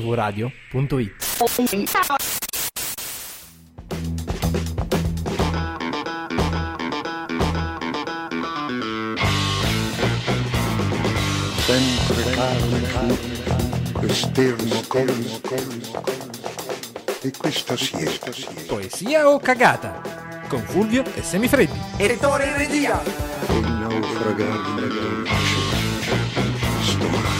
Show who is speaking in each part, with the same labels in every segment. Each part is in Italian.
Speaker 1: mvradio.it
Speaker 2: sempre carne, esterno colmo, colmo, e questa siesta, siesta,
Speaker 1: Poesia o cagata? Con Fulvio e Semifreddi.
Speaker 2: il naufragare del dolce, stomaco.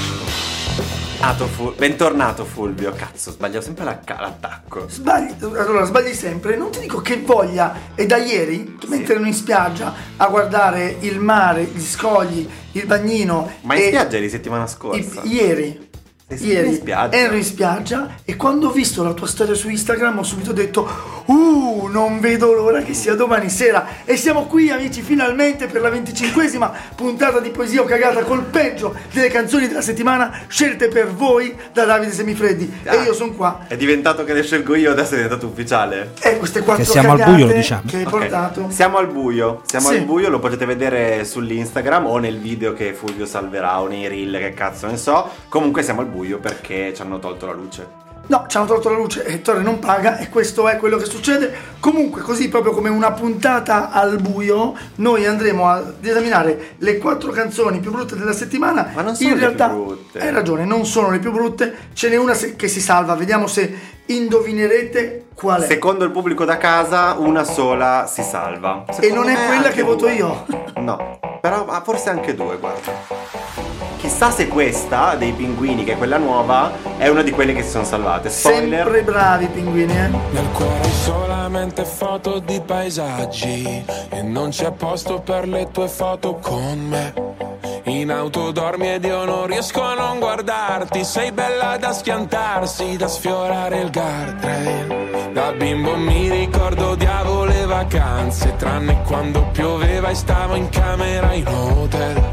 Speaker 3: Bentornato, Ful- bentornato, Fulvio. Cazzo, sbaglio sempre la ca- l'attacco.
Speaker 4: Sbagli, allora sbagli sempre, non ti dico che voglia è da ieri mettermi in spiaggia a guardare il mare, gli scogli, il bagnino.
Speaker 3: Ma in
Speaker 4: e-
Speaker 3: spiaggia di settimana
Speaker 4: i-
Speaker 3: scorsa.
Speaker 4: ieri.
Speaker 3: Sei sempre
Speaker 4: Ieri
Speaker 3: in spiaggia.
Speaker 4: ero in spiaggia e quando ho visto la tua storia su Instagram ho subito detto Uh, non vedo l'ora che sia domani sera E siamo qui amici finalmente per la venticinquesima puntata di Poesia o Cagata Col peggio delle canzoni della settimana scelte per voi da Davide Semifreddi
Speaker 3: Ah.
Speaker 4: E io sono qua
Speaker 3: È diventato che le scelgo io, adesso è diventato ufficiale.
Speaker 4: E Eh, queste quattro
Speaker 5: Che siamo al
Speaker 4: cagate
Speaker 5: buio, lo diciamo.
Speaker 4: che hai
Speaker 3: Ok,
Speaker 4: portato
Speaker 3: Siamo al buio, siamo
Speaker 4: Sì.
Speaker 3: al buio, lo potete vedere sull'Instagram o nel video che Fulvio salverà o nei reel, che cazzo ne so. Comunque siamo al buio perché ci hanno tolto la luce.
Speaker 4: No, ci hanno tolto la luce e Torre non paga e questo è quello che succede. Comunque, così proprio come una puntata al buio, noi andremo ad esaminare le quattro canzoni più brutte della settimana.
Speaker 3: Ma non sono
Speaker 4: In
Speaker 3: le
Speaker 4: realtà,
Speaker 3: più brutte.
Speaker 4: Hai ragione, non sono le più brutte. Ce n'è una se- che si salva, vediamo se indovinerete qual è.
Speaker 3: Secondo il pubblico da casa, una sola si salva. Secondo
Speaker 4: non è
Speaker 3: me
Speaker 4: quella
Speaker 3: anche
Speaker 4: che voto
Speaker 3: due.
Speaker 4: io.
Speaker 3: No, però ah, forse anche due, guarda. Chissà se questa dei pinguini, che è quella nuova, è una di quelle che si sono salvate. Spoiler.
Speaker 4: Sempre bravi i pinguini, eh.
Speaker 6: Nel cuore solamente foto di paesaggi E non c'è posto per le tue foto con me In auto dormi ed io non riesco a non guardarti Sei bella da schiantarsi, da sfiorare il guardrail Da bimbo mi ricordo diavolo le vacanze Tranne quando pioveva e stavo in camera in hotel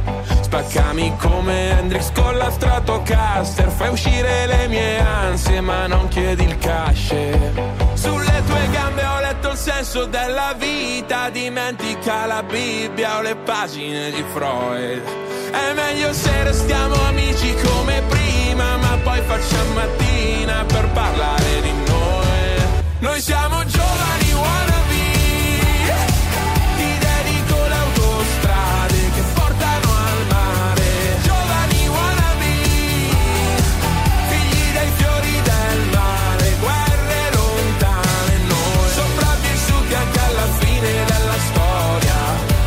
Speaker 6: Spaccami come Hendrix con la Stratocaster Fai uscire le mie ansie ma non chiedi il cash Sulle tue gambe ho letto il senso della vita Dimentica la Bibbia o le pagine di Freud È meglio se restiamo amici come prima Ma poi facciamo mattina per parlare di noi Noi siamo giovani wannabe ti dedico le autostrade che portano al mare Giovani wannabe Figli dei fiori del mare Guerre lontane noi Sopravvissuti anche alla fine della storia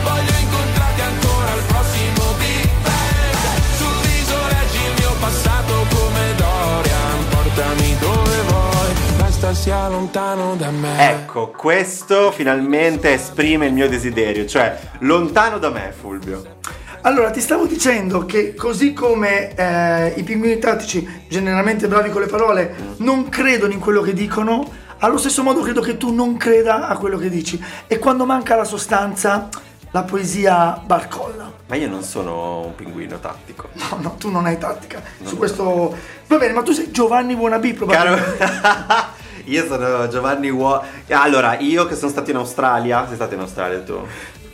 Speaker 6: Voglio incontrarti ancora al prossimo Big Bang Sul viso leggi il mio passato come Dorian Portami dove vuoi Basta sia lontano da me
Speaker 3: Ecco, questo finalmente esprime il mio desiderio, cioè lontano da me, Fulvio.
Speaker 4: Allora, ti stavo dicendo che così come eh, i pinguini tattici, generalmente bravi con le parole, non credono in quello che dicono, allo stesso modo credo che tu non creda a quello che dici. E quando manca la sostanza, la poesia barcolla.
Speaker 3: Ma io non sono un pinguino tattico.
Speaker 4: No, no, tu non hai tattica. Su questo... Va bene, ma tu sei Giovanni Buonabi,
Speaker 3: Caro...
Speaker 4: probabilmente.
Speaker 3: io sono Giovanni Wall. Allora, io che sono stato in Australia. Sei stato in Australia tu?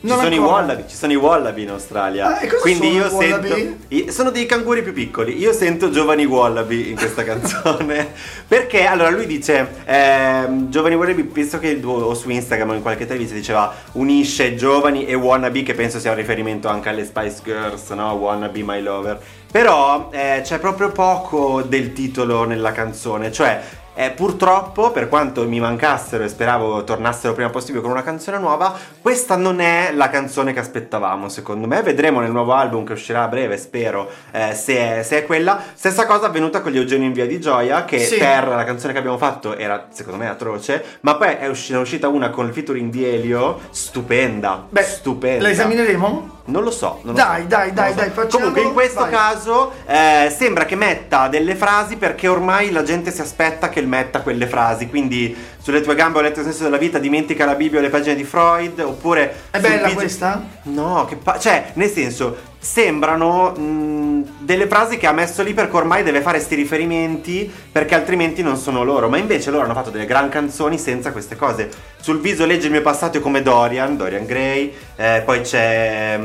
Speaker 3: Ci
Speaker 4: Non
Speaker 3: sono, i
Speaker 4: ancora.
Speaker 3: wallaby, ci sono i wallaby in Australia.
Speaker 4: Ah, e cosa
Speaker 3: Quindi
Speaker 4: sono
Speaker 3: io
Speaker 4: i wallaby?
Speaker 3: sento. i- Sono dei canguri più piccoli. Io sento giovani wallaby in questa canzone. Perché allora lui dice: ehm, Giovani wallaby, penso che il- o su Instagram o in qualche intervista diceva unisce giovani e wannabe, che penso sia un riferimento anche alle Spice Girls, no? Wannabe My Lover. Però eh, c'è proprio poco del titolo nella canzone, cioè. eh, purtroppo, per quanto mi mancassero e speravo tornassero prima possibile con una canzone nuova, questa non è la canzone che aspettavamo, secondo me. Vedremo nel nuovo album che uscirà a breve, spero, eh, se, è, se è quella. Stessa cosa avvenuta con gli Eugenio in Via di Gioia, che
Speaker 4: Sì.
Speaker 3: per la canzone che abbiamo fatto era, secondo me, atroce, ma poi è usci- ne è uscita una con il featuring di Elio, stupenda,
Speaker 4: Beh,
Speaker 3: stupenda.
Speaker 4: La esamineremo?
Speaker 3: Non lo so. Non lo
Speaker 4: Dai,
Speaker 3: so.
Speaker 4: dai,
Speaker 3: Non
Speaker 4: dai,
Speaker 3: lo so.
Speaker 4: dai, facciamolo,
Speaker 3: Comunque, in questo
Speaker 4: vai.
Speaker 3: caso eh, sembra che metta delle frasi perché ormai la gente si aspetta che il metta quelle frasi. Quindi, sulle tue gambe ho letto il senso della vita, dimentica la Bibbia o le pagine di Freud. Oppure.
Speaker 4: È bella
Speaker 3: semplice-
Speaker 4: questa?
Speaker 3: No, che pa- cioè, nel senso. Sembrano mh, delle frasi che ha messo lì perché ormai deve fare sti riferimenti perché altrimenti non sono loro. Ma invece loro hanno fatto delle gran canzoni senza queste cose. Sul viso legge il mio passato è come Dorian, Dorian Gray. eh, poi c'è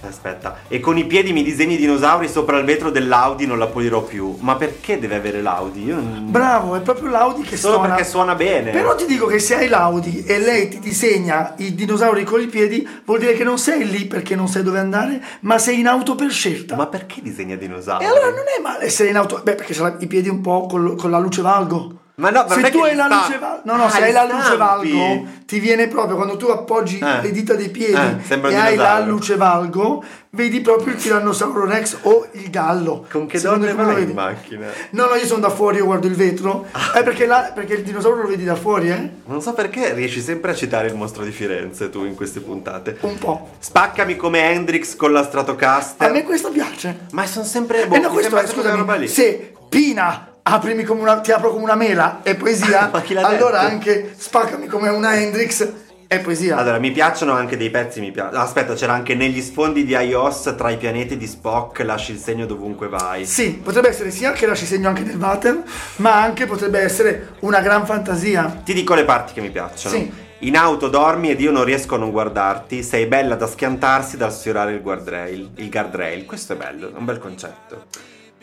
Speaker 3: Aspetta, e con i piedi mi disegni i dinosauri sopra il vetro dell'Audi non la pulirò più. Ma perché deve avere l'Audi? Io non...
Speaker 4: Bravo, è proprio l'Audi che
Speaker 3: Solo
Speaker 4: suona.
Speaker 3: perché suona bene.
Speaker 4: Però ti dico che se hai l'Audi e lei ti disegna i dinosauri con i piedi, vuol dire che non sei lì perché non sai dove andare, ma sei in auto per scelta.
Speaker 3: Ma perché disegna dinosauri?
Speaker 4: E allora non è male essere in auto. Beh, perché c'ha i piedi un po' col- con la luce valgo.
Speaker 3: Ma no, ma non
Speaker 4: se
Speaker 3: è
Speaker 4: tu
Speaker 3: che
Speaker 4: hai
Speaker 3: li
Speaker 4: la
Speaker 3: sta-
Speaker 4: luce valgo, no, no,
Speaker 3: Ah,
Speaker 4: se
Speaker 3: li
Speaker 4: hai la luce
Speaker 3: stampi.
Speaker 4: valgo, ti viene proprio quando tu appoggi
Speaker 3: Eh.
Speaker 4: le dita dei piedi
Speaker 3: Eh, sembra
Speaker 4: e
Speaker 3: un
Speaker 4: hai la
Speaker 3: dinosauro.
Speaker 4: luce valgo, vedi proprio il tirannosauro Rex o il gallo.
Speaker 3: Con che
Speaker 4: Secondo
Speaker 3: donne
Speaker 4: come lo
Speaker 3: vai in
Speaker 4: vedi.
Speaker 3: macchina? Ah.
Speaker 4: No, no, io sono da fuori, io guardo il vetro. Eh, perché, là- perché il dinosauro lo vedi da fuori, eh?
Speaker 3: Non so perché riesci sempre a citare il mostro di Firenze tu in queste puntate.
Speaker 4: Un po'.
Speaker 3: Spaccami come Hendrix con la Stratocaster.
Speaker 4: A me questo piace.
Speaker 3: Ma sono sempre boh,
Speaker 4: E no,
Speaker 3: mi
Speaker 4: questo
Speaker 3: sembra
Speaker 4: è,
Speaker 3: sempre quella roba
Speaker 4: scusami,
Speaker 3: lì.
Speaker 4: se Pina aprimi come una, ti apro come una mela è poesia,
Speaker 3: Ma chi l'ha
Speaker 4: allora
Speaker 3: detto?
Speaker 4: anche spaccami come una Hendrix è poesia.
Speaker 3: Allora, mi piacciono anche dei pezzi, mi piacciono. Aspetta, c'era anche negli sfondi di iOS tra i pianeti di Spock, lasci il segno dovunque vai.
Speaker 4: Sì, potrebbe essere sia che lasci segno anche del water, ma anche potrebbe essere una gran fantasia.
Speaker 3: Ti dico le parti che mi piacciono.
Speaker 4: Sì.
Speaker 3: In auto dormi ed io non riesco a non guardarti, sei bella da schiantarsi dal sfiorare il guardrail, il guardrail. Questo è bello, è un bel concetto.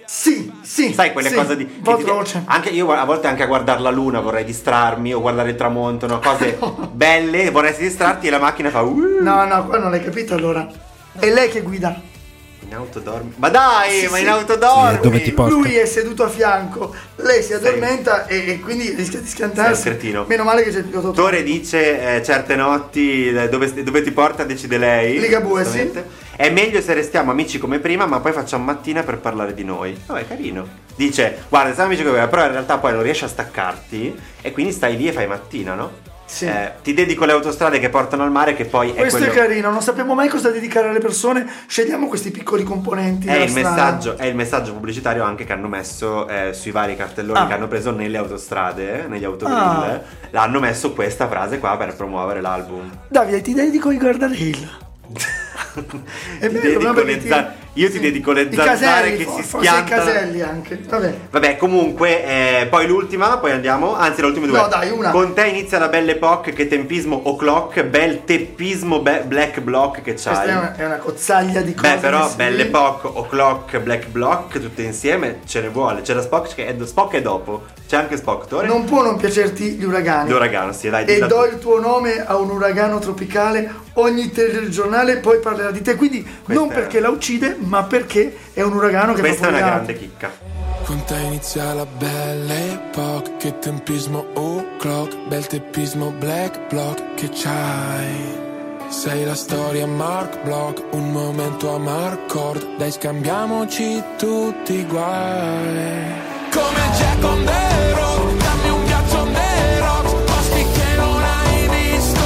Speaker 4: Sì, sì.
Speaker 3: Sai quelle
Speaker 4: sì,
Speaker 3: cose di
Speaker 4: Un po'
Speaker 3: che ti-
Speaker 4: atroce.
Speaker 3: anche io a volte anche a guardare la luna vorrei distrarmi o guardare il tramonto, no? cose belle, vorresti distrarti e la macchina fa "Uh".
Speaker 4: No, no, qua non l'hai capito allora. È lei che guida.
Speaker 3: in auto dormi. Ma dai,
Speaker 4: Sì,
Speaker 3: ma
Speaker 4: sì.
Speaker 3: in auto dormi.
Speaker 1: Sì, è dove ti porta.
Speaker 4: Lui è seduto a fianco, lei si addormenta e, e quindi rischia di schiantarsi.
Speaker 3: Sei un cretino.
Speaker 4: Meno male che c'è il pilota. autonomo.
Speaker 3: L'autore dice eh, certe notti eh, dove, dove ti porta decide lei.
Speaker 4: Ligabue,
Speaker 3: giustamente. È meglio se restiamo amici come prima, ma poi facciamo mattina per parlare di noi. Vabbè, carino. Dice, guarda, siamo amici come prima, però in realtà poi non riesci a staccarti e quindi stai lì e fai mattina, no?
Speaker 4: Sì.
Speaker 3: Eh, ti dedico le autostrade che portano al mare, che poi
Speaker 4: Questo
Speaker 3: è
Speaker 4: è
Speaker 3: quello.
Speaker 4: carino, non sappiamo mai cosa dedicare alle persone, scegliamo questi piccoli componenti.
Speaker 3: è
Speaker 4: della
Speaker 3: il,
Speaker 4: strada.
Speaker 3: messaggio, è il messaggio pubblicitario anche che hanno messo eh, sui vari cartelloni
Speaker 4: Ah.
Speaker 3: che hanno preso nelle autostrade, eh, negli autogrill.
Speaker 4: Ah.
Speaker 3: L'hanno messo questa frase qua per promuovere l'album.
Speaker 4: Davide, ti dedico i guardrail. È
Speaker 3: Ti
Speaker 4: vero,
Speaker 3: dedico
Speaker 4: vabbè,
Speaker 3: le
Speaker 4: ti-
Speaker 3: zan- io ti dedico le
Speaker 4: I
Speaker 3: zanzare
Speaker 4: caselli,
Speaker 3: che
Speaker 4: for-
Speaker 3: si
Speaker 4: forse i
Speaker 3: schiantano.
Speaker 4: caselli anche. Vabbè.
Speaker 3: Vabbè, comunque, eh, poi l'ultima, poi andiamo. Anzi, l'ultima due.
Speaker 4: No, dai, una.
Speaker 3: Con te inizia la belle epoca, che tempismo o clock, bel teppismo, be- black block che
Speaker 4: Questa
Speaker 3: c'hai.
Speaker 4: è una, è una cozzaglia di cose.
Speaker 3: Beh, però,
Speaker 4: messe
Speaker 3: belle
Speaker 4: lì.
Speaker 3: epoca o clock, black block, tutte insieme, ce ne vuole. C'è la Spock che è, Spock è dopo. C'è anche Spock, Tore.
Speaker 4: Non può non piacerti gli uragani.
Speaker 3: L'uragano, sì, dai,
Speaker 4: E
Speaker 3: dilla
Speaker 4: do
Speaker 3: tu.
Speaker 4: il tuo nome a un uragano tropicale, ogni telegiornale poi parlerà di te. Quindi non
Speaker 3: è-
Speaker 4: perché la uccide, ma perché è un uragano che
Speaker 3: Questa
Speaker 4: fa
Speaker 3: è una
Speaker 4: fuoco.
Speaker 3: grande chicca.
Speaker 6: Con te inizia la belle epoca, che tempismo o clock, bel teppismo black block che c'hai. Sei la storia Mark Block, un momento a Marcord, dai scambiamoci tutti i guai. Come Jack on the road, dammi un ghiaccio on the rocks, posti che non hai visto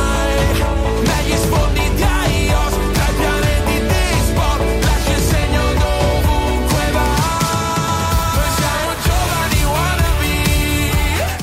Speaker 6: mai. Negli sfondi di iOS, tra i pianeti di sport, lascia il segno dovunque vai. Noi siamo giovani wannabe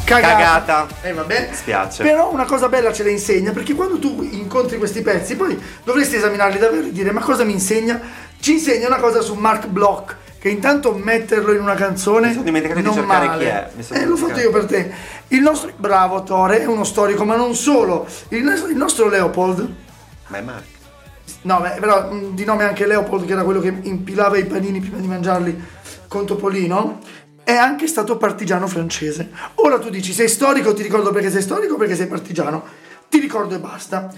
Speaker 4: Cagata.
Speaker 3: Cagata.
Speaker 4: Eh, vabbè.
Speaker 3: Spiace.
Speaker 4: Però una cosa bella ce la insegna, perché quando tu incontri questi pezzi, poi dovresti esaminarli davvero e dire ma cosa mi insegna? Ci insegna una cosa su Mark Block, che intanto metterlo in una canzone
Speaker 3: Mi sono dimenticato di
Speaker 4: non
Speaker 3: cercare
Speaker 4: male.
Speaker 3: chi è, mi sono
Speaker 4: Eh, l'ho fatto io
Speaker 3: dimenticato.
Speaker 4: per te. Il nostro, bravo Tore, è uno storico, ma non solo. Il, nostro- il nostro Leopold,
Speaker 3: Ma è Mark.
Speaker 4: no beh, però mh, di nome anche Leopold, che era quello che impilava i panini prima di mangiarli con Topolino, è anche stato partigiano francese. Ora tu dici sei storico, ti ricordo perché sei storico o perché sei partigiano. Ti ricordo e basta.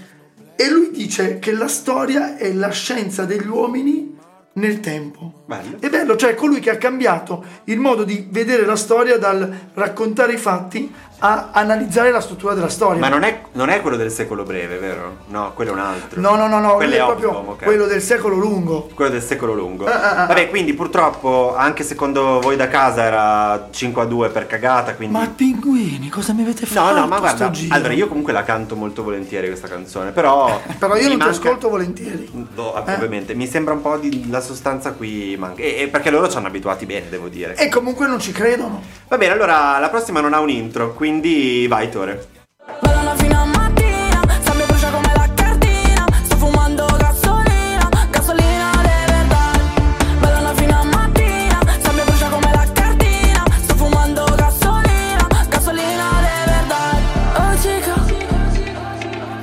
Speaker 4: E lui dice che la storia è la scienza degli uomini nel tempo.
Speaker 3: Bello.
Speaker 4: È bello, cioè colui che ha cambiato il modo di vedere la storia dal raccontare i fatti a analizzare la struttura della storia.
Speaker 3: Ma non è, non è quello del secolo breve, vero? No, quello è un altro.
Speaker 4: No, no, no, no,
Speaker 3: Quello
Speaker 4: quello
Speaker 3: è
Speaker 4: è proprio
Speaker 3: Optimum, ok.
Speaker 4: quello del secolo lungo.
Speaker 3: quello del secolo lungo.
Speaker 4: ah, ah.
Speaker 3: Vabbè, quindi purtroppo anche secondo voi da casa era 5 a 2 per cagata, quindi
Speaker 4: Ma pinguini, cosa mi avete
Speaker 3: No,
Speaker 4: fatto?
Speaker 3: no, ma guarda,
Speaker 4: sto giro?
Speaker 3: allora io comunque la canto molto volentieri questa canzone, però
Speaker 4: Però io
Speaker 3: mi
Speaker 4: non ti
Speaker 3: manca-
Speaker 4: ascolto Eh. volentieri.
Speaker 3: No, ah, ovviamente, mi sembra un po' di la sostanza qui manca e, e perché loro ci hanno abituati bene, devo dire.
Speaker 4: E comunque non ci credono.
Speaker 3: Va bene, allora la prossima non ha un intro, quindi vai Tore.
Speaker 5: Ballano fino a mattina, sabbia brucia come la cartina Sto fumando gasolina, gasolina de verdad Ballano fino a mattina, sabbia brucia come la cartina Sto fumando gasolina, gasolina de verdad Oh chica,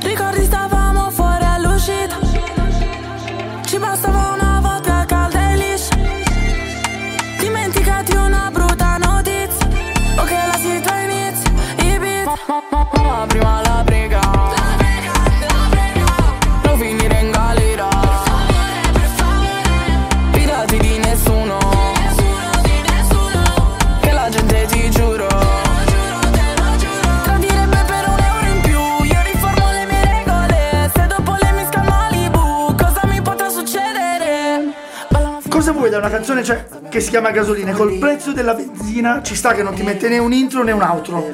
Speaker 5: ricordi stavamo fuori all'uscita
Speaker 4: cosa vuoi da una canzone cioè, che si chiama Gasolina? Col prezzo della benzina ci sta che non ti mette né un intro né un outro.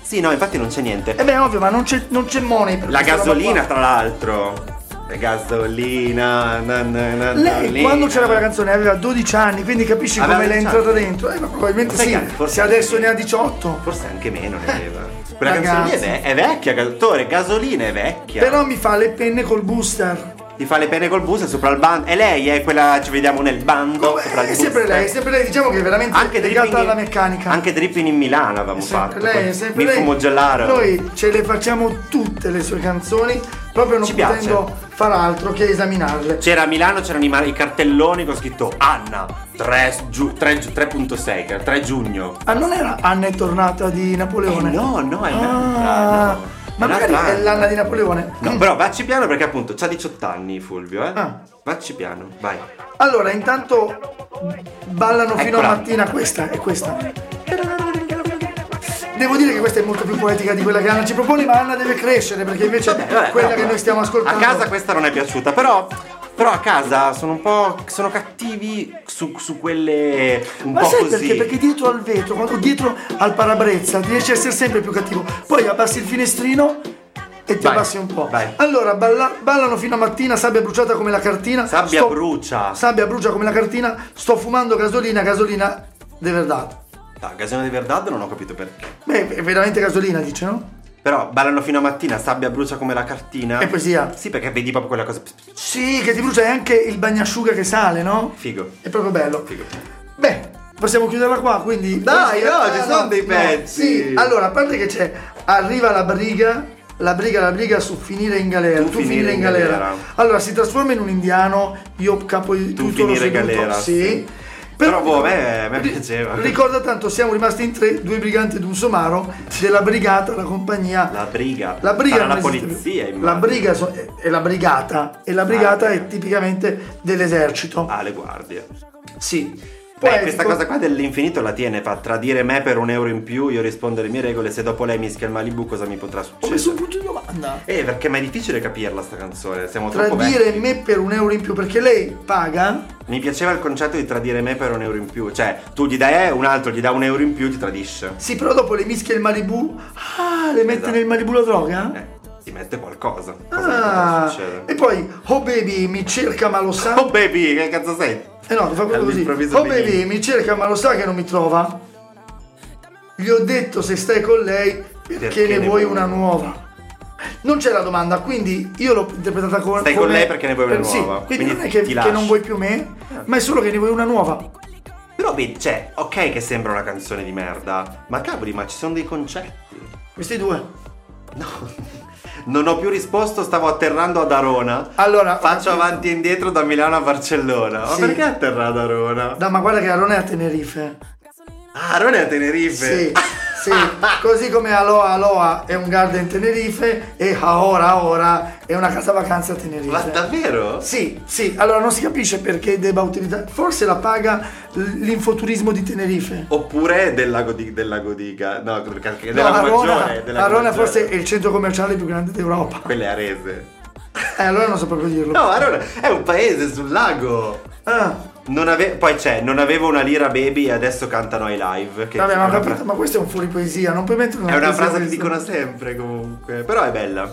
Speaker 3: Sì, no, infatti non c'è niente.
Speaker 4: E beh, ovvio, ma non c'è, non c'è money per
Speaker 3: La
Speaker 4: questa roba qua.
Speaker 3: gasolina, tra l'altro. La gasolina. na, na, na,
Speaker 4: Lei
Speaker 3: na,
Speaker 4: quando
Speaker 3: na.
Speaker 4: c'era quella canzone aveva 12 anni, quindi capisci
Speaker 3: Aveva
Speaker 4: come l'è
Speaker 3: 12
Speaker 4: entrata
Speaker 3: anni?
Speaker 4: dentro. Eh, ma probabilmente
Speaker 3: Sai
Speaker 4: sì,
Speaker 3: che forse-
Speaker 4: se adesso ne ha 18.
Speaker 3: Forse anche meno ne aveva. Quella
Speaker 4: Eh, ragazzi.
Speaker 3: canzone lì è, ve- è vecchia, cantautore. Gasolina è vecchia.
Speaker 4: Però mi fa le penne col booster.
Speaker 3: Ti fa le pene col bus e sopra il bando. E lei è quella. Ci vediamo nel bando. sopra il
Speaker 4: Eh, È
Speaker 3: bus.
Speaker 4: sempre lei, è sempre lei, diciamo che è veramente
Speaker 3: Anche
Speaker 4: legata
Speaker 3: dripping,
Speaker 4: alla
Speaker 3: in,
Speaker 4: meccanica.
Speaker 3: anche dripping in Milano avevamo
Speaker 4: È sempre
Speaker 3: fatto.
Speaker 4: lei, è
Speaker 3: con
Speaker 4: sempre
Speaker 3: Mirko
Speaker 4: lei.
Speaker 3: Moggellaro.
Speaker 4: Noi ce le facciamo tutte le sue canzoni, proprio non
Speaker 3: Ci piace.
Speaker 4: potendo far altro che esaminarle.
Speaker 3: C'era a Milano, c'erano i, ma- i cartelloni con scritto Anna 3 giu- 3 giu- 3.6, 3 giugno.
Speaker 4: Ah, non era Anna è tornata di Napoleone?
Speaker 3: Eh no, no, è
Speaker 4: Ah,
Speaker 3: un'altra, no.
Speaker 4: Ma
Speaker 3: È
Speaker 4: magari
Speaker 3: un'altra
Speaker 4: è
Speaker 3: Anna.
Speaker 4: l'Anna di Napoleone. Mm.
Speaker 3: No, però vacci piano perché appunto c'ha 18 anni Fulvio, eh.
Speaker 4: Ah. Cioè,
Speaker 3: Vacci piano, vai.
Speaker 4: Allora, intanto ballano fino
Speaker 3: Eccola.
Speaker 4: a mattina questa e questa. Devo dire che questa è molto più poetica di quella che Anna ci propone, ma Anna deve crescere perché invece
Speaker 3: Vabbè, vabbè,
Speaker 4: quella
Speaker 3: no,
Speaker 4: che
Speaker 3: no.
Speaker 4: noi stiamo ascoltando.
Speaker 3: A casa questa non è piaciuta, però però a casa sono un po' sono cattivi su, su quelle un
Speaker 4: Ma
Speaker 3: po'
Speaker 4: sai
Speaker 3: così.
Speaker 4: perché? Perché dietro al vetro, quando- dietro al parabrezza, ti riesci a essere sempre più cattivo. Poi abbassi il finestrino e ti
Speaker 3: Vai,
Speaker 4: abbassi un po'.
Speaker 3: vai.
Speaker 4: Allora, balla- ballano fino a mattina, sabbia bruciata come la cartina.
Speaker 3: Sabbia brucia.
Speaker 4: Sabbia brucia come la cartina. Sto fumando gasolina, gasolina de verdad.
Speaker 3: Ah, Gasolina di Verdad non ho capito perché.
Speaker 4: Beh, è veramente gasolina, dice, no?
Speaker 3: Però ballano fino a mattina, sabbia brucia come la cartina.
Speaker 4: È poesia.
Speaker 3: Sì, perché vedi proprio quella cosa
Speaker 4: Sì, che ti brucia e anche il bagnasciuga che sale, no?
Speaker 3: figo.
Speaker 4: È proprio bello.
Speaker 3: Figo.
Speaker 4: Beh, possiamo chiuderla qua, quindi.
Speaker 3: Dai, no, ci sono dei
Speaker 4: no,
Speaker 3: pezzi.
Speaker 4: sì, allora, a parte che c'è. Arriva la briga. La briga, la briga su finire in galera. Tu, finire, in galera. Allora, si trasforma in un indiano. Io capo di
Speaker 3: Tu
Speaker 4: tutto lo
Speaker 3: finire in
Speaker 4: seduto,
Speaker 3: galera,
Speaker 4: Sì.
Speaker 3: sì. Però, boh, a me- a me piaceva.
Speaker 4: Ricorda tanto, siamo rimasti in tre, due briganti ed un somaro. Della brigata, la compagnia.
Speaker 3: La briga.
Speaker 4: La briga
Speaker 3: Sarà
Speaker 4: non
Speaker 3: la
Speaker 4: esiste più.
Speaker 3: polizia, immagino.
Speaker 4: La briga so- è- è la brigata e la brigata
Speaker 3: Ah,
Speaker 4: è tipicamente dell'esercito.
Speaker 3: Ah, le guardie.
Speaker 4: Sì. ecco,
Speaker 3: Beh, ecco.
Speaker 4: Poetico.
Speaker 3: questa cosa qua dell'infinito la tiene, fa tradire me per un euro in più, io rispondo alle mie regole, se dopo lei mischia il Malibu cosa mi potrà
Speaker 4: Ho messo un
Speaker 3: succedere?
Speaker 4: punto di domanda.
Speaker 3: Eh, perché ma è difficile capirla sta canzone, siamo troppo
Speaker 4: Tradire
Speaker 3: vecchi.
Speaker 4: me per un euro in più perché lei paga.
Speaker 3: Mi piaceva il concetto di tradire me per un euro in più, cioè tu gli dai eh, un altro, gli dà un euro in più, ti tradisce.
Speaker 4: Sì, però dopo le mischia il Malibu. Ah, le mette
Speaker 3: Esatto.
Speaker 4: nel Malibu la droga?
Speaker 3: Eh, ti mette qualcosa. Cosa mi potrà
Speaker 4: Ah,
Speaker 3: succedere?
Speaker 4: e poi, oh baby, mi cerca ma lo sa.
Speaker 3: Oh baby, che cazzo sei?
Speaker 4: Eh no, fa proprio così.
Speaker 3: All'improvviso
Speaker 4: Oh baby,
Speaker 3: benigno.
Speaker 4: mi cerca ma lo sa che non mi trova. Gli ho detto se stai con lei perché,
Speaker 3: Perché
Speaker 4: ne
Speaker 3: ne
Speaker 4: vuoi
Speaker 3: vuoi
Speaker 4: una
Speaker 3: una.
Speaker 4: nuova. Non c'è la domanda, quindi io l'ho interpretata co- come...
Speaker 3: Stai con lei perché ne vuoi una
Speaker 4: eh, sì,
Speaker 3: nuova.
Speaker 4: quindi,
Speaker 3: Quindi
Speaker 4: non è che,
Speaker 3: ti Ah.
Speaker 4: che
Speaker 3: lasci.
Speaker 4: non vuoi più me, ma è solo che ne vuoi una nuova.
Speaker 3: Però vedi, cioè, ok che sembra una canzone di merda, ma cavoli, ma ci sono dei concetti.
Speaker 4: Questi due.
Speaker 3: Non ho più risposto, stavo atterrando ad Arona.
Speaker 4: Allora,
Speaker 3: Faccio
Speaker 4: ho capito.
Speaker 3: avanti e indietro da Milano a Barcellona. Ma
Speaker 4: Sì.
Speaker 3: perché atterra ad Arona?
Speaker 4: No, ma guarda che Arona è a Tenerife.
Speaker 3: Ah, Arona è a Tenerife.
Speaker 4: Sì, sì. Così come Aloha Aloha è un garden Tenerife e Aora Aora è una casa vacanza a Tenerife.
Speaker 3: Ma davvero?
Speaker 4: Sì, sì, allora non si capisce perché debba utilizzare. Forse la paga l- l'infoturismo di Tenerife.
Speaker 3: Oppure del lago di, del lago di Ga- No, perché anche- del
Speaker 4: No,
Speaker 3: lago
Speaker 4: Arona,
Speaker 3: Maggiore. del lago
Speaker 4: Arona
Speaker 3: Maggiore.
Speaker 4: forse è il centro commerciale più grande d'Europa.
Speaker 3: Quello è Arese.
Speaker 4: Eh, allora non so proprio dirlo.
Speaker 3: No, Arona è un paese sul lago.
Speaker 4: Ah,
Speaker 3: Non ave- Poi c'è, non avevo una lira baby e adesso cantano ai live. Che
Speaker 4: vabbè,
Speaker 3: è
Speaker 4: ma, ho
Speaker 3: una-
Speaker 4: capito, ma questo è un fuori poesia, non puoi mettere una
Speaker 3: È una
Speaker 4: poesia
Speaker 3: frase che
Speaker 4: questa.
Speaker 3: dicono sempre comunque, però è bella.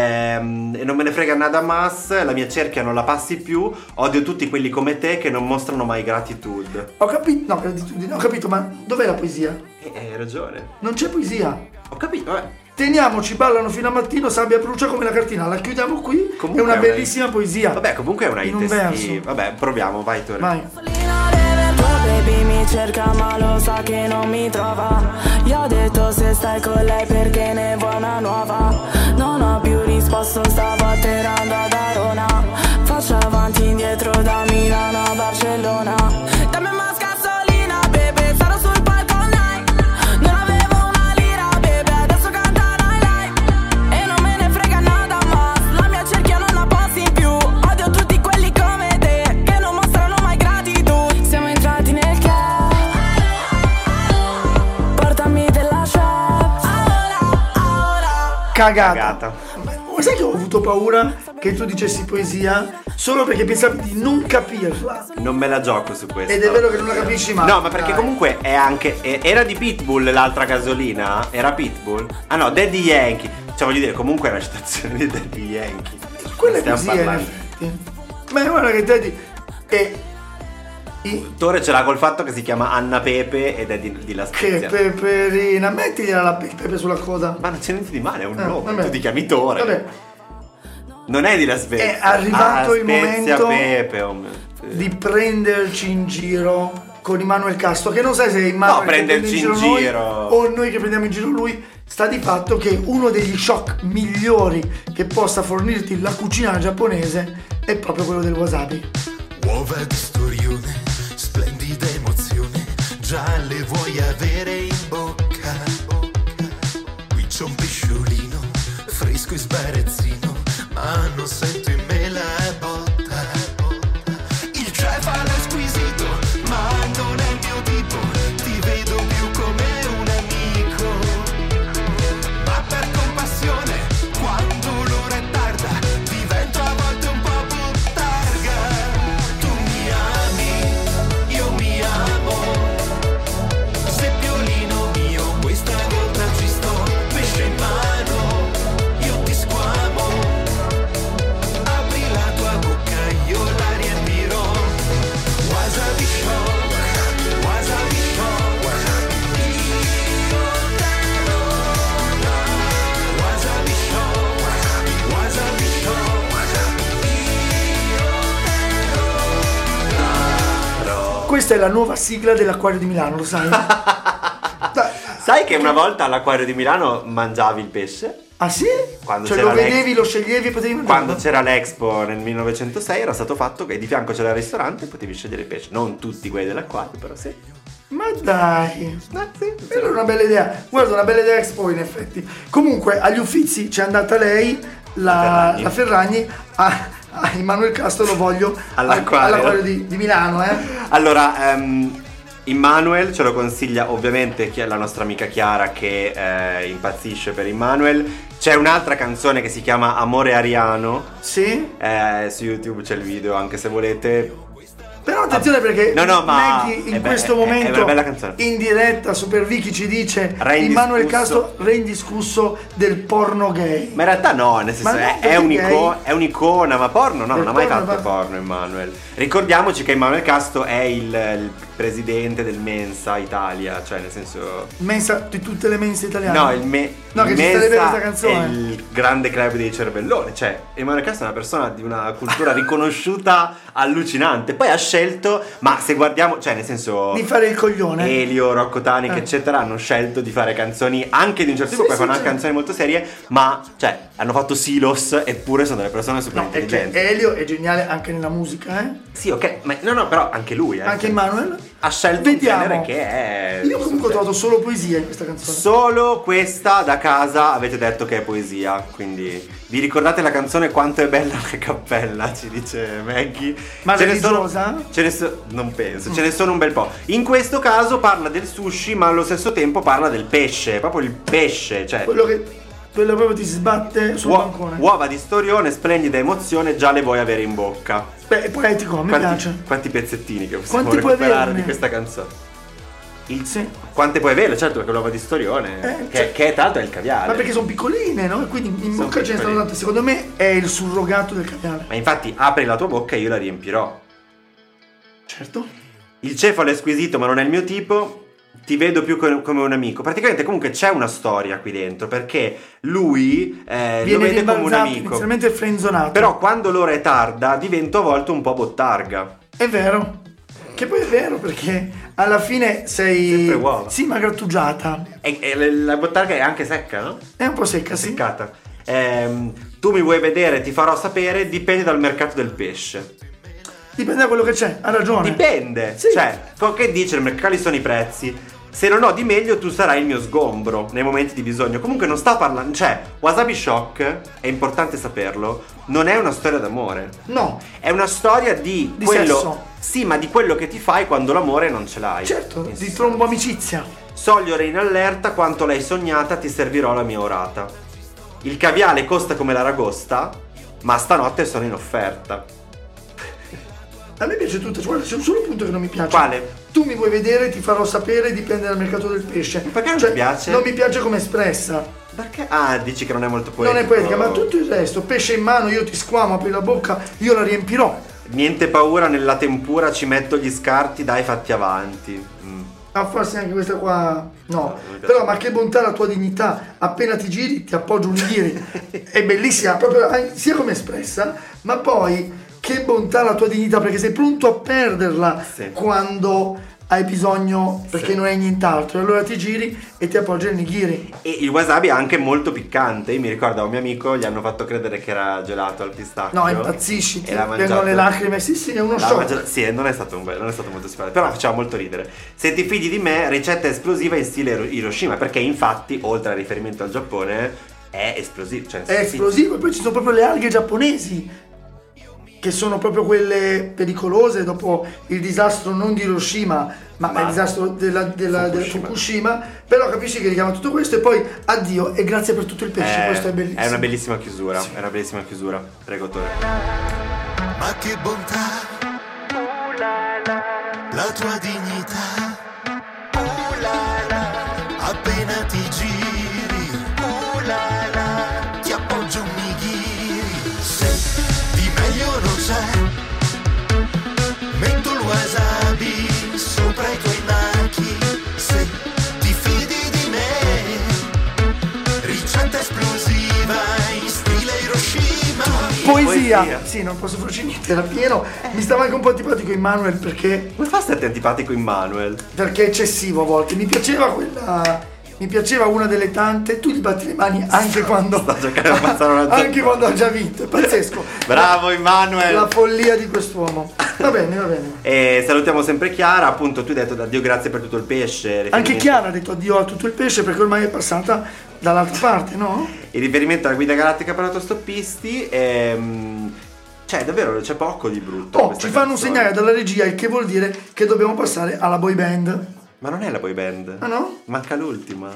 Speaker 3: Ehm, e non me ne frega nada mas, la mia cerchia non la passi più, odio tutti quelli come te che non mostrano mai gratitude.
Speaker 4: Ho capito, no, gratitudine, ho capito, ma dov'è la poesia?
Speaker 3: E eh, hai ragione.
Speaker 4: Non c'è poesia.
Speaker 3: Ho capito, vabbè.
Speaker 4: Teniamoci, ballano fino a mattino, sabbia brucia come la cartina. La chiudiamo qui.
Speaker 3: Comunque
Speaker 4: è una
Speaker 3: è una-
Speaker 4: bellissima poesia.
Speaker 3: Vabbè, comunque è una
Speaker 4: In
Speaker 3: hit
Speaker 4: un
Speaker 3: estivi.
Speaker 4: verso.
Speaker 3: Vabbè, proviamo, vai Tore.
Speaker 4: Vai.
Speaker 5: Gasolina de verdad, baby mi cerca ma lo sa che non mi trova Io ho detto se stai con lei perché ne vuoi una nuova Non ho più risposto, stavo atterrando ad Arona Faccio avanti e indietro da Milano a Barcellona Dammi más gasolina, baby, sarò sul balcone Non avevo una lira, baby, adesso cantano i live E non me ne frega nada más, la mia cerchia non la passi in più Odio tutti quelli come te che non mostrano mai gratitudine Siamo entrati nel club Portami della shop Ora, ora
Speaker 4: Cagata.
Speaker 3: Cagata.
Speaker 4: Come sai che ho avuto paura che tu dicessi poesia solo perché pensavi di non capirla?
Speaker 3: Non me la gioco su questo.
Speaker 4: Ed è vero che non la capisci mai.
Speaker 3: No, ma perché
Speaker 4: Dai.
Speaker 3: comunque è anche. è- Era di Pitbull l'altra gasolina? Era Pitbull? Ah no, Daddy Yankee. Cioè, voglio dire, comunque è una citazione di Daddy Yankee.
Speaker 4: Quella è
Speaker 3: Stiamo
Speaker 4: poesia, in
Speaker 3: parlando.
Speaker 4: effetti. Ma guarda che te di... E... i-
Speaker 3: L'autore ce l'ha col fatto che si chiama Anna Pepe ed è di, di La
Speaker 4: Che
Speaker 3: Spezia.
Speaker 4: peperina, mettigliela la pe- pepe sulla coda.
Speaker 3: Ma non c'è niente di male, è un
Speaker 4: Eh,
Speaker 3: nome.
Speaker 4: vabbè.
Speaker 3: Tu ti chiami Tore.
Speaker 4: Vabbè,
Speaker 3: Non è di La Spezia.
Speaker 4: È arrivato
Speaker 3: Ah,
Speaker 4: il
Speaker 3: Spezia
Speaker 4: momento
Speaker 3: Pepe. oh mio- sì.
Speaker 4: di prenderci in giro con Immanuel Castro, che non sai se è Immanuel
Speaker 3: No,
Speaker 4: che prende
Speaker 3: prenderci in
Speaker 4: noi
Speaker 3: giro.
Speaker 4: o noi che prendiamo in giro lui, sta di fatto che uno degli shock migliori che possa fornirti la cucina giapponese è proprio quello del wasabi.
Speaker 7: Uova di storione, splendida emozione, già le vuoi avere in bocca. Qui c'è un pesciolino, fresco e sbarazzino, ma non sento in me la botta. Il cefalo è squisito, ma non è il mio tipo, ti vedo più come un amico ma per compassione quando l'ora è tarda divento a volte un po' buttarga tu mi ami io mi amo se piolino mio questa volta ci sto pesce in mano io ti squamo apri la tua bocca io la riempirò wasabi shock wasabi shock io te Wasabi show, wasabi, wasabi show, wasabi.
Speaker 4: Questa è la nuova sigla dell'Acquario di Milano, lo sai? Da-
Speaker 3: Sai che una volta all'acquario di Milano mangiavi il pesce?
Speaker 4: ah sì?
Speaker 3: Quando
Speaker 4: cioè
Speaker 3: c'era
Speaker 4: lo
Speaker 3: l'ex-
Speaker 4: vedevi, lo sceglievi e potevi mangiare?
Speaker 3: Quando c'era l'Expo nel 1906 era stato fatto che di fianco c'era il ristorante e potevi scegliere il pesce. Non tutti quelli dell'acquario, però sì.
Speaker 4: Ma dai!
Speaker 3: No, sì.
Speaker 4: Era una bella idea, guarda una bella idea Expo in effetti. Comunque agli Uffizi c'è andata lei, la,
Speaker 3: Ferragni.
Speaker 4: la Ferragni, a, a Emanuel Castro lo voglio
Speaker 3: All'acquario.
Speaker 4: all'acquario di, di Milano. Eh.
Speaker 3: Allora, ehm, Immanuel ce lo consiglia ovviamente chi- la nostra amica Chiara che eh, impazzisce per Immanuel. C'è un'altra canzone che si chiama Amore Ariano.
Speaker 4: Sì,
Speaker 3: eh, su YouTube c'è il video anche se volete.
Speaker 4: però attenzione perché
Speaker 3: No, no, ma
Speaker 4: Maggie
Speaker 3: è
Speaker 4: in
Speaker 3: be-
Speaker 4: questo
Speaker 3: è- è
Speaker 4: momento
Speaker 3: una bella canzone.
Speaker 4: in diretta Super Vicky ci dice
Speaker 3: Re indiscusso.
Speaker 4: Emanuel Castro re indiscusso del porno gay.
Speaker 3: Ma in realtà no, nel senso
Speaker 4: Ma no,
Speaker 3: è, è
Speaker 4: perché
Speaker 3: unico-
Speaker 4: gay?
Speaker 3: è un'icona, ma porno no,
Speaker 4: Il
Speaker 3: non ha mai
Speaker 4: porno
Speaker 3: fatto
Speaker 4: va-
Speaker 3: porno Immanuel. Ricordiamoci che Immanuel Casto è il, il presidente del Mensa Italia, cioè nel senso...
Speaker 4: Mensa di tutte le mense italiane.
Speaker 3: No, il me-
Speaker 4: No, che ci
Speaker 3: Mensa
Speaker 4: sarebbe questa canzone.
Speaker 3: è il grande club dei cervelloni, cioè Emanuele Castro è una persona di una cultura riconosciuta allucinante, poi ha scelto, ma se guardiamo, cioè nel senso...
Speaker 4: Di fare il coglione.
Speaker 3: Elio, Rocco Tanic,
Speaker 4: Eh.
Speaker 3: eccetera, hanno scelto di fare canzoni anche di un certo
Speaker 4: Sì,
Speaker 3: tipo, poi
Speaker 4: sì,
Speaker 3: fanno
Speaker 4: sì.
Speaker 3: anche canzoni molto serie, ma cioè hanno fatto Silos eppure sono delle persone super
Speaker 4: No, è che
Speaker 3: intelligenti.
Speaker 4: Elio è geniale anche nella musica, eh?
Speaker 3: Sì, ok, ma no, no, però anche lui, eh.
Speaker 4: Anche Emanuel?
Speaker 3: ha scelto
Speaker 4: Vediamo.
Speaker 3: un genere che è cioè-
Speaker 4: Io comunque ho trovato solo poesia in questa canzone.
Speaker 3: Solo questa da casa avete detto che è poesia, quindi vi ricordate la canzone Quanto è bella la cappella, ci dice Maggie.
Speaker 4: Ma
Speaker 3: ne sono,
Speaker 4: religiosa?
Speaker 3: ce ne so- non penso, ce ne sono un bel po'. In questo caso parla del sushi, ma allo stesso tempo parla del pesce, proprio il pesce, cioè
Speaker 4: quello eh. che quello proprio ti sbatte sul
Speaker 3: uo-
Speaker 4: bancone.
Speaker 3: uova di storione, splendida emozione, già le vuoi avere in bocca.
Speaker 4: Beh, è poetico, a me
Speaker 3: Quanti,
Speaker 4: piace.
Speaker 3: quanti pezzettini che possiamo
Speaker 4: Quanti puoi
Speaker 3: recuperare
Speaker 4: averne?
Speaker 3: di questa canzone? Il-
Speaker 4: Sì.
Speaker 3: Quante puoi avere? Certo, perché l'uova di storione,
Speaker 4: Eh,
Speaker 3: che,
Speaker 4: cioè-
Speaker 3: che è tra l'altro è il caviale.
Speaker 4: Ma perché sono piccoline, no? E quindi in
Speaker 3: Sono
Speaker 4: bocca ce ne stanno
Speaker 3: piccoline.
Speaker 4: tante. Secondo me è il surrogato del caviale.
Speaker 3: Ma infatti apri la tua bocca e io la riempirò.
Speaker 4: Certo.
Speaker 3: Il cefalo è squisito ma non è il mio tipo. Ti vedo più co- come un amico. Praticamente comunque c'è una storia qui dentro perché lui eh, lo
Speaker 4: Viene
Speaker 3: vede come un
Speaker 4: rimbalzato,
Speaker 3: amico.
Speaker 4: inizialmente frenzonato.
Speaker 3: Però quando l'ora è tarda divento a volte un po' bottarga.
Speaker 4: È vero. Che poi è vero perché alla fine sei...
Speaker 3: Sempre uova.
Speaker 4: Sì, ma grattugiata.
Speaker 3: E, e le- la bottarga è anche secca, no?
Speaker 4: È un po' secca, sì.
Speaker 3: Seccata. Ehm, tu mi vuoi vedere, ti farò sapere, dipende dal mercato del pesce.
Speaker 4: Dipende da quello che c'è, ha ragione.
Speaker 3: Dipende.
Speaker 4: Sì.
Speaker 3: Cioè, co- che dice il mercato? Quali sono i prezzi? Se non ho di meglio, tu sarai il mio sgombro nei momenti di bisogno. Comunque non sta parlando. Cioè, Wasabi Shock, è importante saperlo, non è una storia d'amore.
Speaker 4: No.
Speaker 3: È una storia di,
Speaker 4: Di
Speaker 3: quello.
Speaker 4: sesso.
Speaker 3: Sì, ma di quello che ti fai quando l'amore non ce l'hai.
Speaker 4: Certo,
Speaker 3: In-
Speaker 4: di trombo amicizia.
Speaker 3: Sogliore in allerta, quanto l'hai sognata, ti servirò la mia orata. il caviale costa come l'aragosta, ma stanotte sono in offerta.
Speaker 4: A me piace tutta, guarda, c'è un solo punto che non mi piace.
Speaker 3: Quale?
Speaker 4: Tu mi vuoi vedere, ti farò sapere, dipende dal mercato del pesce. Cioè,
Speaker 3: perché non ti piace?
Speaker 4: Non mi piace come espressa.
Speaker 3: Perché? Ah, dici che non è molto poetico.
Speaker 4: Non è poetica, ma tutto il resto, pesce in mano, io ti squamo, apri la bocca, io la riempirò.
Speaker 3: Niente paura, nella tempura ci metto gli scarti, dai fatti avanti. Mm.
Speaker 4: Ah, forse anche questa qua. No.
Speaker 3: mi piace.
Speaker 4: Però, ma che bontà la tua dignità! Appena ti giri, ti appoggio un lire. È bellissima, proprio an- sia come espressa, ma poi che bontà la tua dignità, perché sei pronto a perderla
Speaker 3: Sì.
Speaker 4: quando hai bisogno, perché
Speaker 3: Sì.
Speaker 4: non hai nient'altro. E Allora ti giri e ti appoggi il nigiri.
Speaker 3: E il wasabi è anche molto piccante. Io mi ricordo a un mio amico, gli hanno fatto credere che era gelato al pistacchio.
Speaker 4: No, impazzisci, ti
Speaker 3: E l'ha
Speaker 4: vengono le
Speaker 3: mangiato.
Speaker 4: lacrime. Sì, sì, è uno
Speaker 3: L'ha
Speaker 4: shock.
Speaker 3: mangiato- sì, non è stato un bel- non è stato molto simpatico, però faceva molto ridere. Se ti fidi di me, ricetta esplosiva in stile Hiro- Hiroshima, perché infatti, oltre al riferimento al Giappone, è esplosivo. Cioè,
Speaker 4: È
Speaker 3: sì,
Speaker 4: esplosivo e poi ci sono proprio le alghe giapponesi che sono proprio quelle pericolose dopo il disastro non di Hiroshima ma,
Speaker 3: Ma-
Speaker 4: il disastro della, della- del
Speaker 3: Fukushima.
Speaker 4: Fukushima però capisci che richiama tutto questo e poi addio e grazie per tutto il pesce
Speaker 3: È,
Speaker 4: questo è bellissimo
Speaker 3: Eh, è una bellissima chiusura. È una bellissima chiusura. Prego, Tore.
Speaker 7: ma che bontà, la tua dignità, appena ti giri, ti appoggio un nigiri, se di meglio non c'è, metto il wasabi sopra i tuoi nacchi, se ti fidi di me, ricetta esplosiva in stile Hiroshima.
Speaker 4: poesia.
Speaker 3: Poesia.
Speaker 4: sì non posso farci niente era pieno mi stava anche un po' antipatico Immanuel perché
Speaker 3: Come fa a essere antipatico Immanuel?
Speaker 4: perché è eccessivo a volte mi piaceva quella mi piaceva una delle tante tu gli batti le mani anche quando
Speaker 3: sta giocando a passare una
Speaker 4: anche
Speaker 3: zampata.
Speaker 4: quando ha già vinto è pazzesco
Speaker 3: Bravo Immanuel!
Speaker 4: La follia di quest'uomo. Va bene, va bene.
Speaker 3: E salutiamo sempre Chiara, appunto tu hai detto addio grazie per tutto il pesce.
Speaker 4: Anche
Speaker 3: riferimento-
Speaker 4: Chiara ha detto addio a tutto il pesce perché ormai è passata dall'altra parte, no?
Speaker 3: Il riferimento alla guida galattica per autostoppisti ehm, Cioè davvero c'è poco di brutto. in
Speaker 4: Oh,
Speaker 3: questa
Speaker 4: ci fanno un
Speaker 3: canzone.
Speaker 4: segnale dalla regia, il che vuol dire che dobbiamo passare alla boy band.
Speaker 3: Ma non è la boy band.
Speaker 4: Ah, no?
Speaker 3: Manca l'ultima.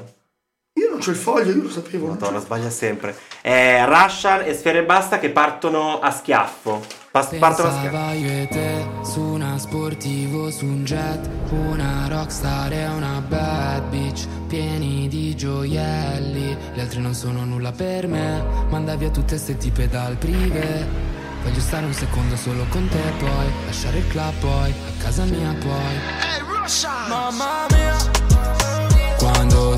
Speaker 4: Io non c'ho il foglio, io lo sapevo. non
Speaker 3: Madonna,
Speaker 4: c'ho-
Speaker 3: sbaglia sempre. Eh, Russian e Sfere Basta che partono a schiaffo. Pas- partono a schiaffo.
Speaker 8: Pensava io e te su una sportivo, su un jet, una rockstar e una bad bitch, pieni di gioielli, le altre non sono nulla per me, manda via tutte ste tipe dal prive. Voglio stare un secondo solo con te poi, lasciare il club poi, a casa mia poi. Mamma mia Quando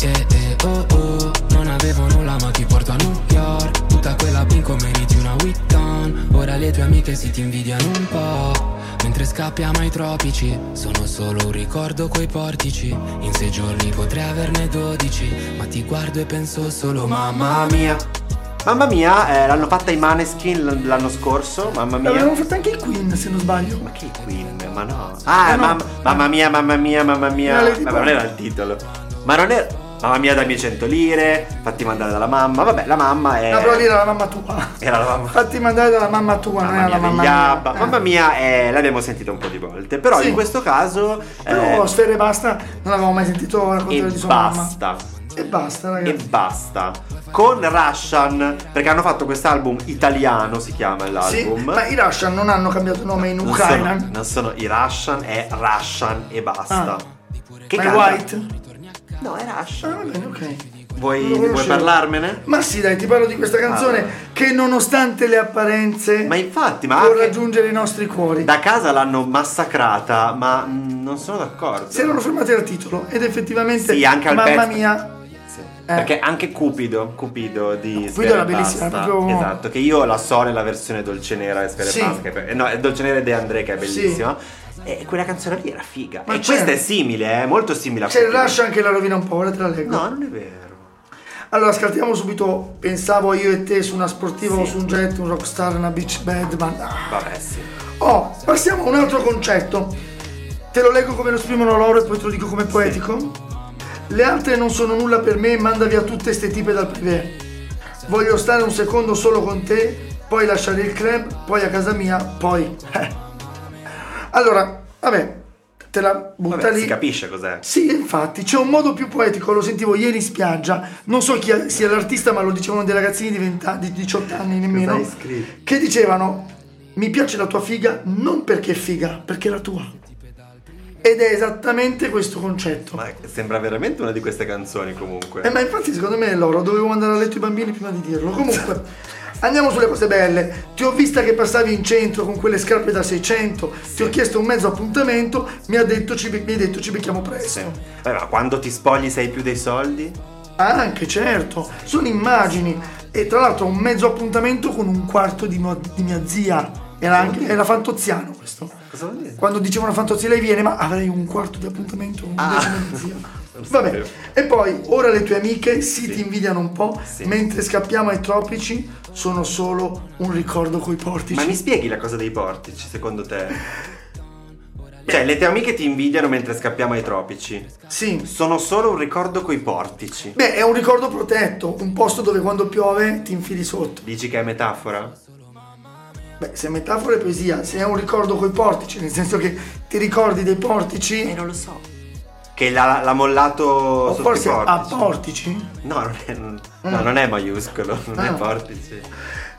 Speaker 8: Eh eh oh oh Non avevo nulla ma ti porto a New York Tutta quella pin come meriti una Witton Ora le tue amiche si ti invidiano un po' Mentre scappiamo ai tropici Sono solo un ricordo coi portici In sei giorni potrei averne 12 Ma ti guardo e penso solo mamma mia
Speaker 3: Mamma mia, eh, l'hanno fatta i Maneskin l- l'anno scorso. Mamma mia.
Speaker 4: L'avevamo fatto anche i Queen, se non sbaglio.
Speaker 3: Ma che Queen? Ma no. Ah,
Speaker 4: Ah, no.
Speaker 3: mam- mamma mia, mamma mia, mamma mia.
Speaker 4: Era Lady
Speaker 3: Ma non
Speaker 4: Gaga.
Speaker 3: era il titolo. Ma non era. Mamma mia, dammi 100 lire. Fatti mandare dalla mamma. Vabbè, la mamma è.
Speaker 4: La però lì era la mamma tua.
Speaker 3: Era la mamma.
Speaker 4: Fatti mandare dalla mamma tua, non
Speaker 3: Mamma
Speaker 4: era la
Speaker 3: mia,
Speaker 4: mamma
Speaker 3: degli
Speaker 4: mia.
Speaker 3: Abba.
Speaker 4: Eh.
Speaker 3: Mamma mia, eh, l'abbiamo sentita un po' di volte. Però
Speaker 4: Sì.
Speaker 3: in questo caso.
Speaker 4: Però
Speaker 3: eh,
Speaker 4: Sfere Basta non avevamo mai sentito
Speaker 3: e
Speaker 4: raccontare di sua mamma.
Speaker 3: basta.
Speaker 4: E basta,
Speaker 3: E
Speaker 4: ragazzi.
Speaker 3: basta. Con Russian, perché hanno fatto quest'album italiano, si chiama
Speaker 4: Sì,
Speaker 3: l'album.
Speaker 4: ma i Russia non hanno cambiato nome in
Speaker 3: non, sono,
Speaker 4: Ucraina.
Speaker 3: non sono i Russian, è Russian e basta.
Speaker 4: Ah.
Speaker 3: Che
Speaker 4: Ma è
Speaker 3: canta?
Speaker 4: White?
Speaker 3: No, è
Speaker 4: Ah,
Speaker 3: Russian.
Speaker 4: va bene, ok.
Speaker 3: Vuoi,
Speaker 4: Non lo
Speaker 3: vuoi
Speaker 4: conoscevo.
Speaker 3: parlarmene?
Speaker 4: Ma sì, dai, ti parlo di questa canzone
Speaker 3: Ah.
Speaker 4: che nonostante le apparenze
Speaker 3: Ma infatti, ma
Speaker 4: può
Speaker 3: anche
Speaker 4: raggiungere i nostri cuori.
Speaker 3: da casa l'hanno massacrata, ma mh, non sono d'accordo.
Speaker 4: Si erano fermati al titolo ed effettivamente
Speaker 3: Sì, anche al
Speaker 4: mamma
Speaker 3: pezzo.
Speaker 4: mia.
Speaker 3: Sì. Perché anche Cupido, Cupido di Sfere
Speaker 4: era
Speaker 3: Basta,
Speaker 4: bellissima, era proprio-
Speaker 3: esatto, che io la so nella versione Dolce Nera e Sfere
Speaker 4: Sì.
Speaker 3: Basta, che per- no, è Dolce Nera e De André che è
Speaker 4: Sì.
Speaker 3: bellissima. E quella canzone lì era figa.
Speaker 4: Ma certo. Cioè,
Speaker 3: e
Speaker 4: c'era-
Speaker 3: questa è simile, eh, molto simile a
Speaker 4: C'è il
Speaker 3: Cupido.
Speaker 4: Rush anche la rovina un po', ora te la leggo.
Speaker 3: No, non è vero.
Speaker 4: Allora scaltiamo subito, pensavo io e te su una sportiva o su un jet, un rockstar, una beach band, ma no.
Speaker 3: Vabbè, sì.
Speaker 4: Oh, passiamo a un altro concetto. Te lo leggo come lo esprimono loro e poi te lo dico come poetico. Le altre non sono nulla per me, manda via tutte ste tipe dal privé. Voglio stare un secondo solo con te, poi lasciare il club, poi a casa mia, poi. Allora, vabbè, te la butta
Speaker 3: Vabbè,
Speaker 4: lì.
Speaker 3: si capisce cos'è.
Speaker 4: Sì, infatti, c'è un modo più poetico, lo sentivo ieri in spiaggia, non so chi sia l'artista, ma lo dicevano dei ragazzini di, 20 anni- di 18 anni nemmeno,
Speaker 3: hai scritto?
Speaker 4: che dicevano, mi piace la tua figa non perché è figa, perché è la tua. Ed è esattamente questo concetto.
Speaker 3: Ma sembra veramente una di queste canzoni comunque.
Speaker 4: Eh, ma infatti secondo me è loro, dovevo mandare a letto i bambini prima di dirlo. Comunque, andiamo sulle cose belle. Ti ho vista che passavi in centro con quelle scarpe da 600, ti ho chiesto un mezzo appuntamento, mi, ha detto, ci, mi hai detto ci becchiamo presto.
Speaker 3: Vabbè, ma quando ti spogli sei più dei soldi?
Speaker 4: Anche, certo, sono immagini. E tra l'altro ho un mezzo appuntamento con un quarto di, mo- di mia zia. Era, anche, era fantoziano questo.
Speaker 3: Cosa vuol dire?
Speaker 4: Quando dicevano fantozia lei viene, ma avrei un quarto di appuntamento con un
Speaker 3: Ah.
Speaker 4: decimo di zia. Vabbè, e poi ora le tue amiche sì, ti invidiano un po',
Speaker 3: Sì.
Speaker 4: mentre scappiamo ai tropici sono solo un ricordo coi portici.
Speaker 3: Ma mi spieghi la cosa dei portici, secondo te? Cioè, le tue amiche ti invidiano mentre scappiamo ai tropici.
Speaker 4: Sì.
Speaker 3: Sono solo un ricordo coi portici.
Speaker 4: Beh, è un ricordo protetto, un posto dove quando piove ti infili sotto.
Speaker 3: Dici che è metafora?
Speaker 4: Beh, se è metafora è poesia, se è un ricordo coi portici, nel senso che ti ricordi dei portici,
Speaker 3: non lo so. Che l'ha, l'ha mollato
Speaker 4: o
Speaker 3: sotto
Speaker 4: forse
Speaker 3: i
Speaker 4: a
Speaker 3: portici.
Speaker 4: portici?
Speaker 3: no, non è, non- no, non è maiuscolo, non
Speaker 4: Ah.
Speaker 3: è portici.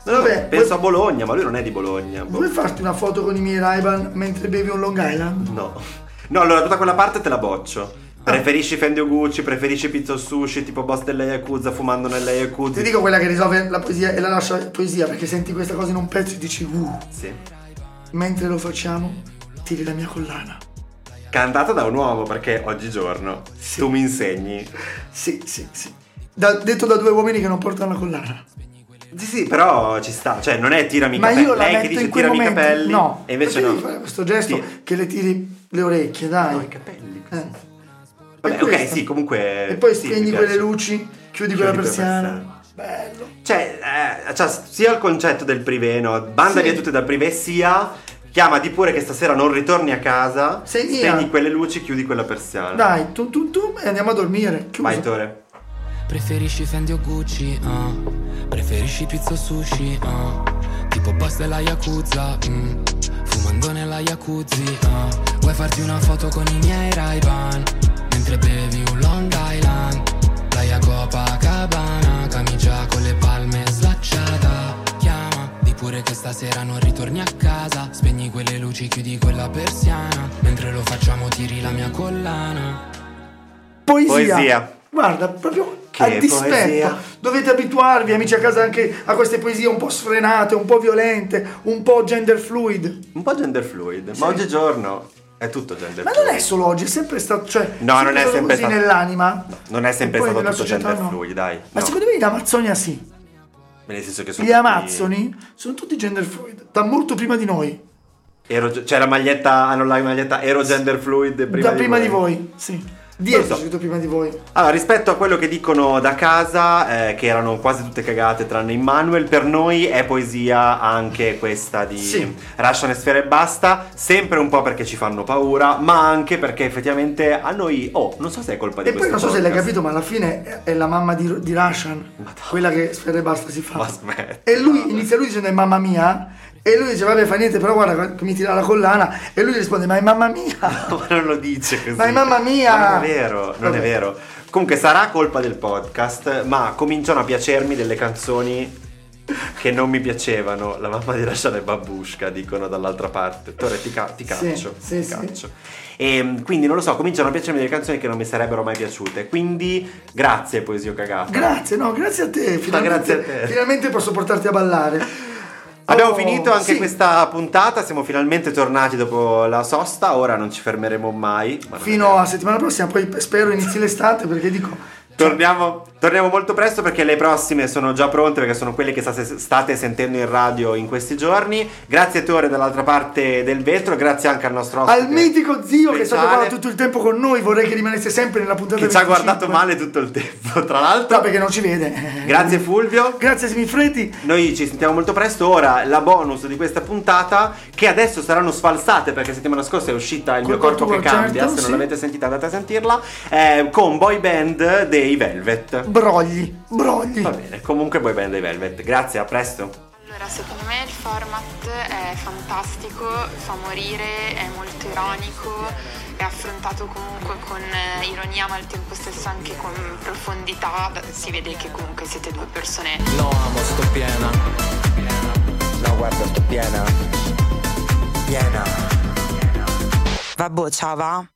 Speaker 3: No,
Speaker 4: Vabbè,
Speaker 3: penso
Speaker 4: vuoi-
Speaker 3: a Bologna, ma lui non è di Bologna. boh.
Speaker 4: Vuoi farti una foto con i miei Ray-Ban mentre bevi un Long Island?
Speaker 3: No. No, allora tutta quella parte te la boccio.
Speaker 4: Ah.
Speaker 3: Preferisci Fendi o Gucci, preferisci pizza o sushi, tipo boss della Yakuza, fumando nella Yakuza.
Speaker 4: Ti dico quella che risolve la poesia e la lascia poesia, perché senti questa cosa in un pezzo e dici, uh,
Speaker 3: Sì.
Speaker 4: mentre lo facciamo, tiri la mia collana.
Speaker 3: Cantata da un uomo, perché oggigiorno tu mi insegni.
Speaker 4: Sì, sì, sì. Da- detto da due uomini che non portano la collana.
Speaker 3: Sì, sì, però ci sta. Cioè, non è tirami i
Speaker 4: Ma
Speaker 3: capelli.
Speaker 4: io la
Speaker 3: Lei
Speaker 4: metto
Speaker 3: che dice
Speaker 4: in quel
Speaker 3: tirami i
Speaker 4: momento.
Speaker 3: capelli.
Speaker 4: No,
Speaker 3: E invece
Speaker 4: perché
Speaker 3: no.
Speaker 4: devi fare questo gesto
Speaker 3: Sì.
Speaker 4: che le tiri le orecchie, dai.
Speaker 3: i capelli,
Speaker 4: Eh.
Speaker 3: Vabbè,
Speaker 4: E
Speaker 3: ok,
Speaker 4: questo.
Speaker 3: sì, comunque.
Speaker 4: E poi
Speaker 3: Eh, sì, mi
Speaker 4: spegni
Speaker 3: piace.
Speaker 4: quelle luci, chiudi, quella
Speaker 3: quella
Speaker 4: persiana. Bello.
Speaker 3: Cioè, eh, cioè, sia il concetto del privé, no? Banda
Speaker 4: Sì.
Speaker 3: via tutte dal privé, sia chiamati pure che stasera non ritorni a casa.
Speaker 4: Sei mia.
Speaker 3: spegni quelle luci, chiudi quella persiana.
Speaker 4: Dai, tu tu tu e andiamo a dormire. Chiuso.
Speaker 3: Vai, Tore.
Speaker 8: Preferisci Fendi o Gucci, ah. Preferisci pizza o sushi, ah. Tipo boss della Yakuza, mm. Fumando nella Yakuzi, ah. Vuoi farti una foto con i miei Ray-Ban Mentre bevi un Long Island Playa Copacabana Camicia con le palme slacciata Chiama, di pure che stasera non ritorni a casa Spegni quelle luci, chiudi quella persiana Mentre lo facciamo tiri la mia collana
Speaker 4: Poesia.
Speaker 3: Poesia.
Speaker 4: Guarda, proprio
Speaker 3: Che
Speaker 4: a dispetto.
Speaker 3: poesia.
Speaker 4: Dovete abituarvi, amici a casa, anche a queste poesie un po' sfrenate, un po' violente, un po' gender fluid.
Speaker 3: Un po' gender fluid, ma oggigiorno è tutto gender
Speaker 4: Ma
Speaker 3: fluid.
Speaker 4: non è solo oggi, è sempre stato. Cioè,
Speaker 3: No, non è
Speaker 4: stato
Speaker 3: sempre
Speaker 4: così
Speaker 3: stato-
Speaker 4: nell'anima.
Speaker 3: non è sempre
Speaker 4: E poi
Speaker 3: stato
Speaker 4: nella
Speaker 3: tutto
Speaker 4: società
Speaker 3: gender fluid, dai,
Speaker 4: Ma
Speaker 3: no.
Speaker 4: secondo me in Amazzonia sì.
Speaker 3: Nel senso che sono
Speaker 4: Gli
Speaker 3: tutti-
Speaker 4: Amazzoni sono tutti gender fluid, da molto prima di noi.
Speaker 3: Ero- c'è la maglietta, hanno la maglietta ero gender fluid prima
Speaker 4: da
Speaker 3: di
Speaker 4: prima
Speaker 3: voi.
Speaker 4: di voi. sì. Dietro
Speaker 3: so.
Speaker 4: c'è scritto prima di voi.
Speaker 3: Allora, rispetto a quello che dicono da casa, eh, che erano quasi tutte cagate tranne Immanuel, per noi è poesia anche questa di
Speaker 4: Sì.
Speaker 3: Lasciane sfere e basta, sempre un po' perché ci fanno paura, ma anche perché effettivamente a noi, oh, non so se è colpa di
Speaker 4: E poi non so se l'hai
Speaker 3: podcast.
Speaker 4: capito, ma alla fine è- è la mamma di, di Russian, quella che Sfera e Basta si fa.
Speaker 3: Ma smetti,
Speaker 4: e lui inizia lui dicendo è mamma mia. E lui dice, vabbè, fa niente, però guarda che mi tira la collana. E lui risponde, ma è mamma mia.
Speaker 3: ma non lo dice così.
Speaker 4: Ma è mamma mia!
Speaker 3: Ma non è vero, non
Speaker 4: Vabbè.
Speaker 3: è vero. Comunque sarà colpa del podcast, ma cominciano a piacermi delle canzoni che non mi piacevano. La mamma di lasciare babusca, dicono dall'altra parte. Tore, ti, ca- ti
Speaker 4: Sì,
Speaker 3: caccio.
Speaker 4: sì,
Speaker 3: ti
Speaker 4: sì.
Speaker 3: caccio. E mm, quindi non lo so, cominciano a piacermi delle canzoni che non mi sarebbero mai piaciute. Quindi grazie, Poesio Cagato.
Speaker 4: Grazie, no, grazie a te. Finalmente,
Speaker 3: grazie a te.
Speaker 4: finalmente posso portarti a ballare.
Speaker 3: Abbiamo
Speaker 4: Oh,
Speaker 3: finito anche
Speaker 4: sì.
Speaker 3: questa puntata, siamo finalmente tornati dopo la sosta, ora non ci fermeremo mai. ma non è
Speaker 4: Fino
Speaker 3: vero.
Speaker 4: a settimana prossima, poi spero inizi l'estate perché dico,
Speaker 3: Torniamo, torniamo molto presto perché le prossime sono già pronte perché sono quelle che state, state sentendo in radio in questi giorni. Grazie Tore dall'altra parte del vetro, grazie anche al nostro ospite.
Speaker 4: cioè, Al mitico zio che è stato qua
Speaker 3: speciale,
Speaker 4: tutto il tempo con noi, vorrei che rimanesse sempre nella puntata
Speaker 3: che ci ha
Speaker 4: 25.
Speaker 3: guardato male tutto il tempo, tra l'altro.
Speaker 4: No, perché non ci vede.
Speaker 3: Grazie Fulvio.
Speaker 4: Grazie Simifredi.
Speaker 3: Noi ci sentiamo molto presto. Ora la bonus di questa puntata, che adesso saranno sfalsate perché settimana scorsa è uscita Il
Speaker 4: Col
Speaker 3: mio corpo che
Speaker 4: corpo,
Speaker 3: cambia.
Speaker 4: certo,
Speaker 3: Se non
Speaker 4: sì.
Speaker 3: l'avete sentita, andate a sentirla. eh, con boy band dei Velvet.
Speaker 4: Mm. Brogli, brogli.
Speaker 3: Va bene, comunque boy band dei Velvet. Grazie, a presto.
Speaker 7: Allora, secondo me il format è fantastico, fa morire, è molto ironico, è affrontato comunque con eh, ironia ma al tempo stesso anche con profondità, si vede che comunque siete due persone
Speaker 9: No, amo, sto piena. No, guarda, sto piena. Piena.
Speaker 8: Vabbè, ciao va.